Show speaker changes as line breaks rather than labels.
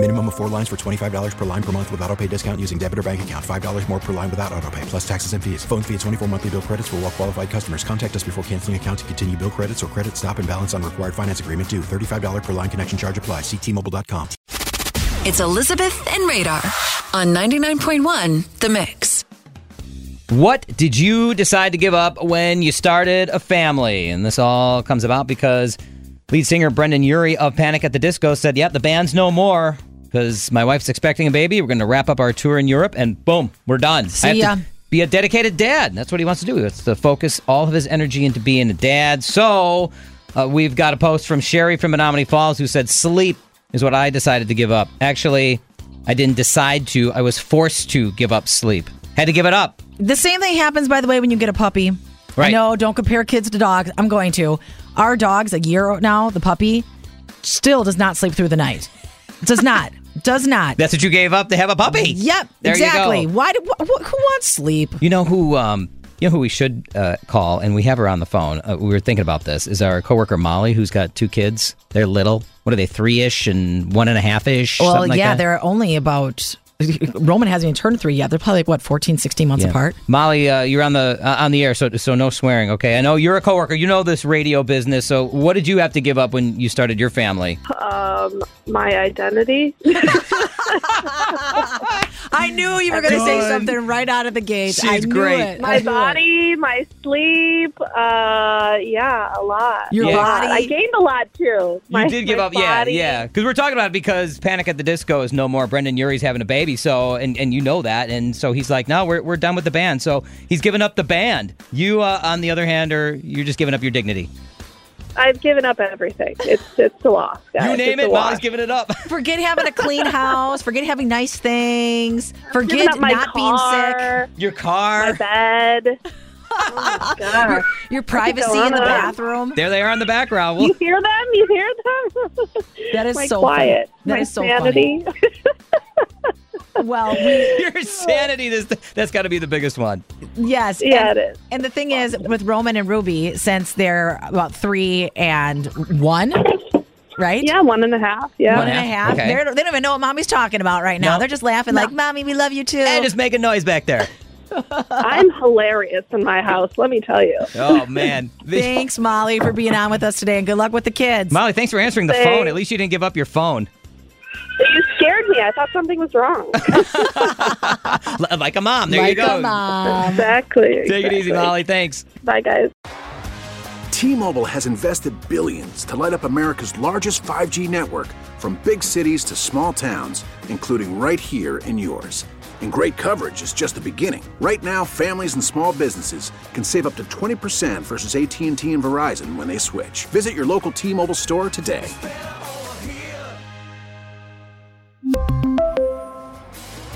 Minimum of four lines for $25 per line per month with auto pay discount using debit or bank account. $5 more per line without auto pay, plus taxes and fees. Phone fee at 24 monthly bill credits for all well qualified customers. Contact us before canceling account to continue bill credits or credit stop and balance on required finance agreement due. $35 per line connection charge apply. Ctmobile.com.
It's Elizabeth and Radar on 99.1 The Mix.
What did you decide to give up when you started a family? And this all comes about because lead singer Brendan Urie of Panic at the Disco said, Yep, the band's no more because my wife's expecting a baby. We're going to wrap up our tour in Europe and boom, we're done.
See
I have
ya.
to be a dedicated dad. That's what he wants to do. That's to focus all of his energy into being a dad. So uh, we've got a post from Sherry from Menominee Falls who said, Sleep is what I decided to give up. Actually, I didn't decide to, I was forced to give up sleep. Had to give it up.
The same thing happens, by the way, when you get a puppy.
Right.
No, don't compare kids to dogs. I'm going to. Our dog's a year old now, the puppy still does not sleep through the night. Does not. does not.
That's what you gave up to have a puppy.
yep.
There
exactly.
You, go.
Why? Do, wh- wh- who wants sleep?
you know who? Um, you know who we should uh, call, and we have her on the phone. Uh, we were thinking about this. Is our coworker Molly, who's got two kids? They're little. What are they? Three ish and one and a half ish.
Well,
something like
yeah,
that?
they're only about. Roman hasn't even turned three yet. They're probably like what 14, 16 months
Yeah.
apart.
Molly, uh, you're on the uh, on the air, so so no swearing. Okay, I know you're a coworker. You know this radio business. So what did you have to give up when you started your family?
my identity.
I knew you were going to say something right out of the gate.
She's I knew great. it.
my body, my sleep, uh, yeah, a lot.
Your
a lot.
body-
I gained a lot too. My,
you did give
my
up, yeah,
body.
yeah. Because we're talking about it because Panic at the Disco is no more. Brendan Urie's having a baby, so and and you know that, and so he's like, no, we're we're done with the band. So he's giving up the band. You, uh, on the other hand, are you're just giving up your dignity.
I've given up everything. It's it's a loss, guys.
you name
It's a
it,
loss.
Molly's giving it up.
Forget having a clean house. Forget having nice things.
Giving
Forget
up my
not being sick.
car,
your
my
car.
bed. Oh my God.
Your privacy in the
on.
bathroom.
There they are in the background. Well,
You hear them? You hear them?
That is
my
so
quiet.
Funny. That
my
is so
sanity.
funny. Well, we,
your sanity. This that's got to be the biggest one.
yes.
yeah,
and,
it is.
and the thing is, with Roman and Ruby, since they're about three and one, right?
Yeah, one and a half. Yeah.
One and a half.
Okay.
They're- They don't even know what mommy's talking about right now.
No.
They're just laughing like, "Mommy, we love you too."
Oh.
And just making noise back there.
I'm hilarious in my house, let me tell you.
Oh man, The-
Thanks, Molly, for being on with us today, and good luck with the kids.
Molly, thanks for answering the
Thanks.
phone. At least you didn't give up your phone
You scared me. I thought something was wrong.
L- like a mom. There you
like
go.
a mom.
exactly.
Take it easy,
exactly.
Molly. Thanks.
Bye, guys.
T-Mobile has invested billions to light up America's largest 5G network from big cities to small towns, including right here in yours. And great coverage is just the beginning. Right now, families and small businesses can save up to 20% versus AT&T and Verizon when they switch. Visit your local T-Mobile store today.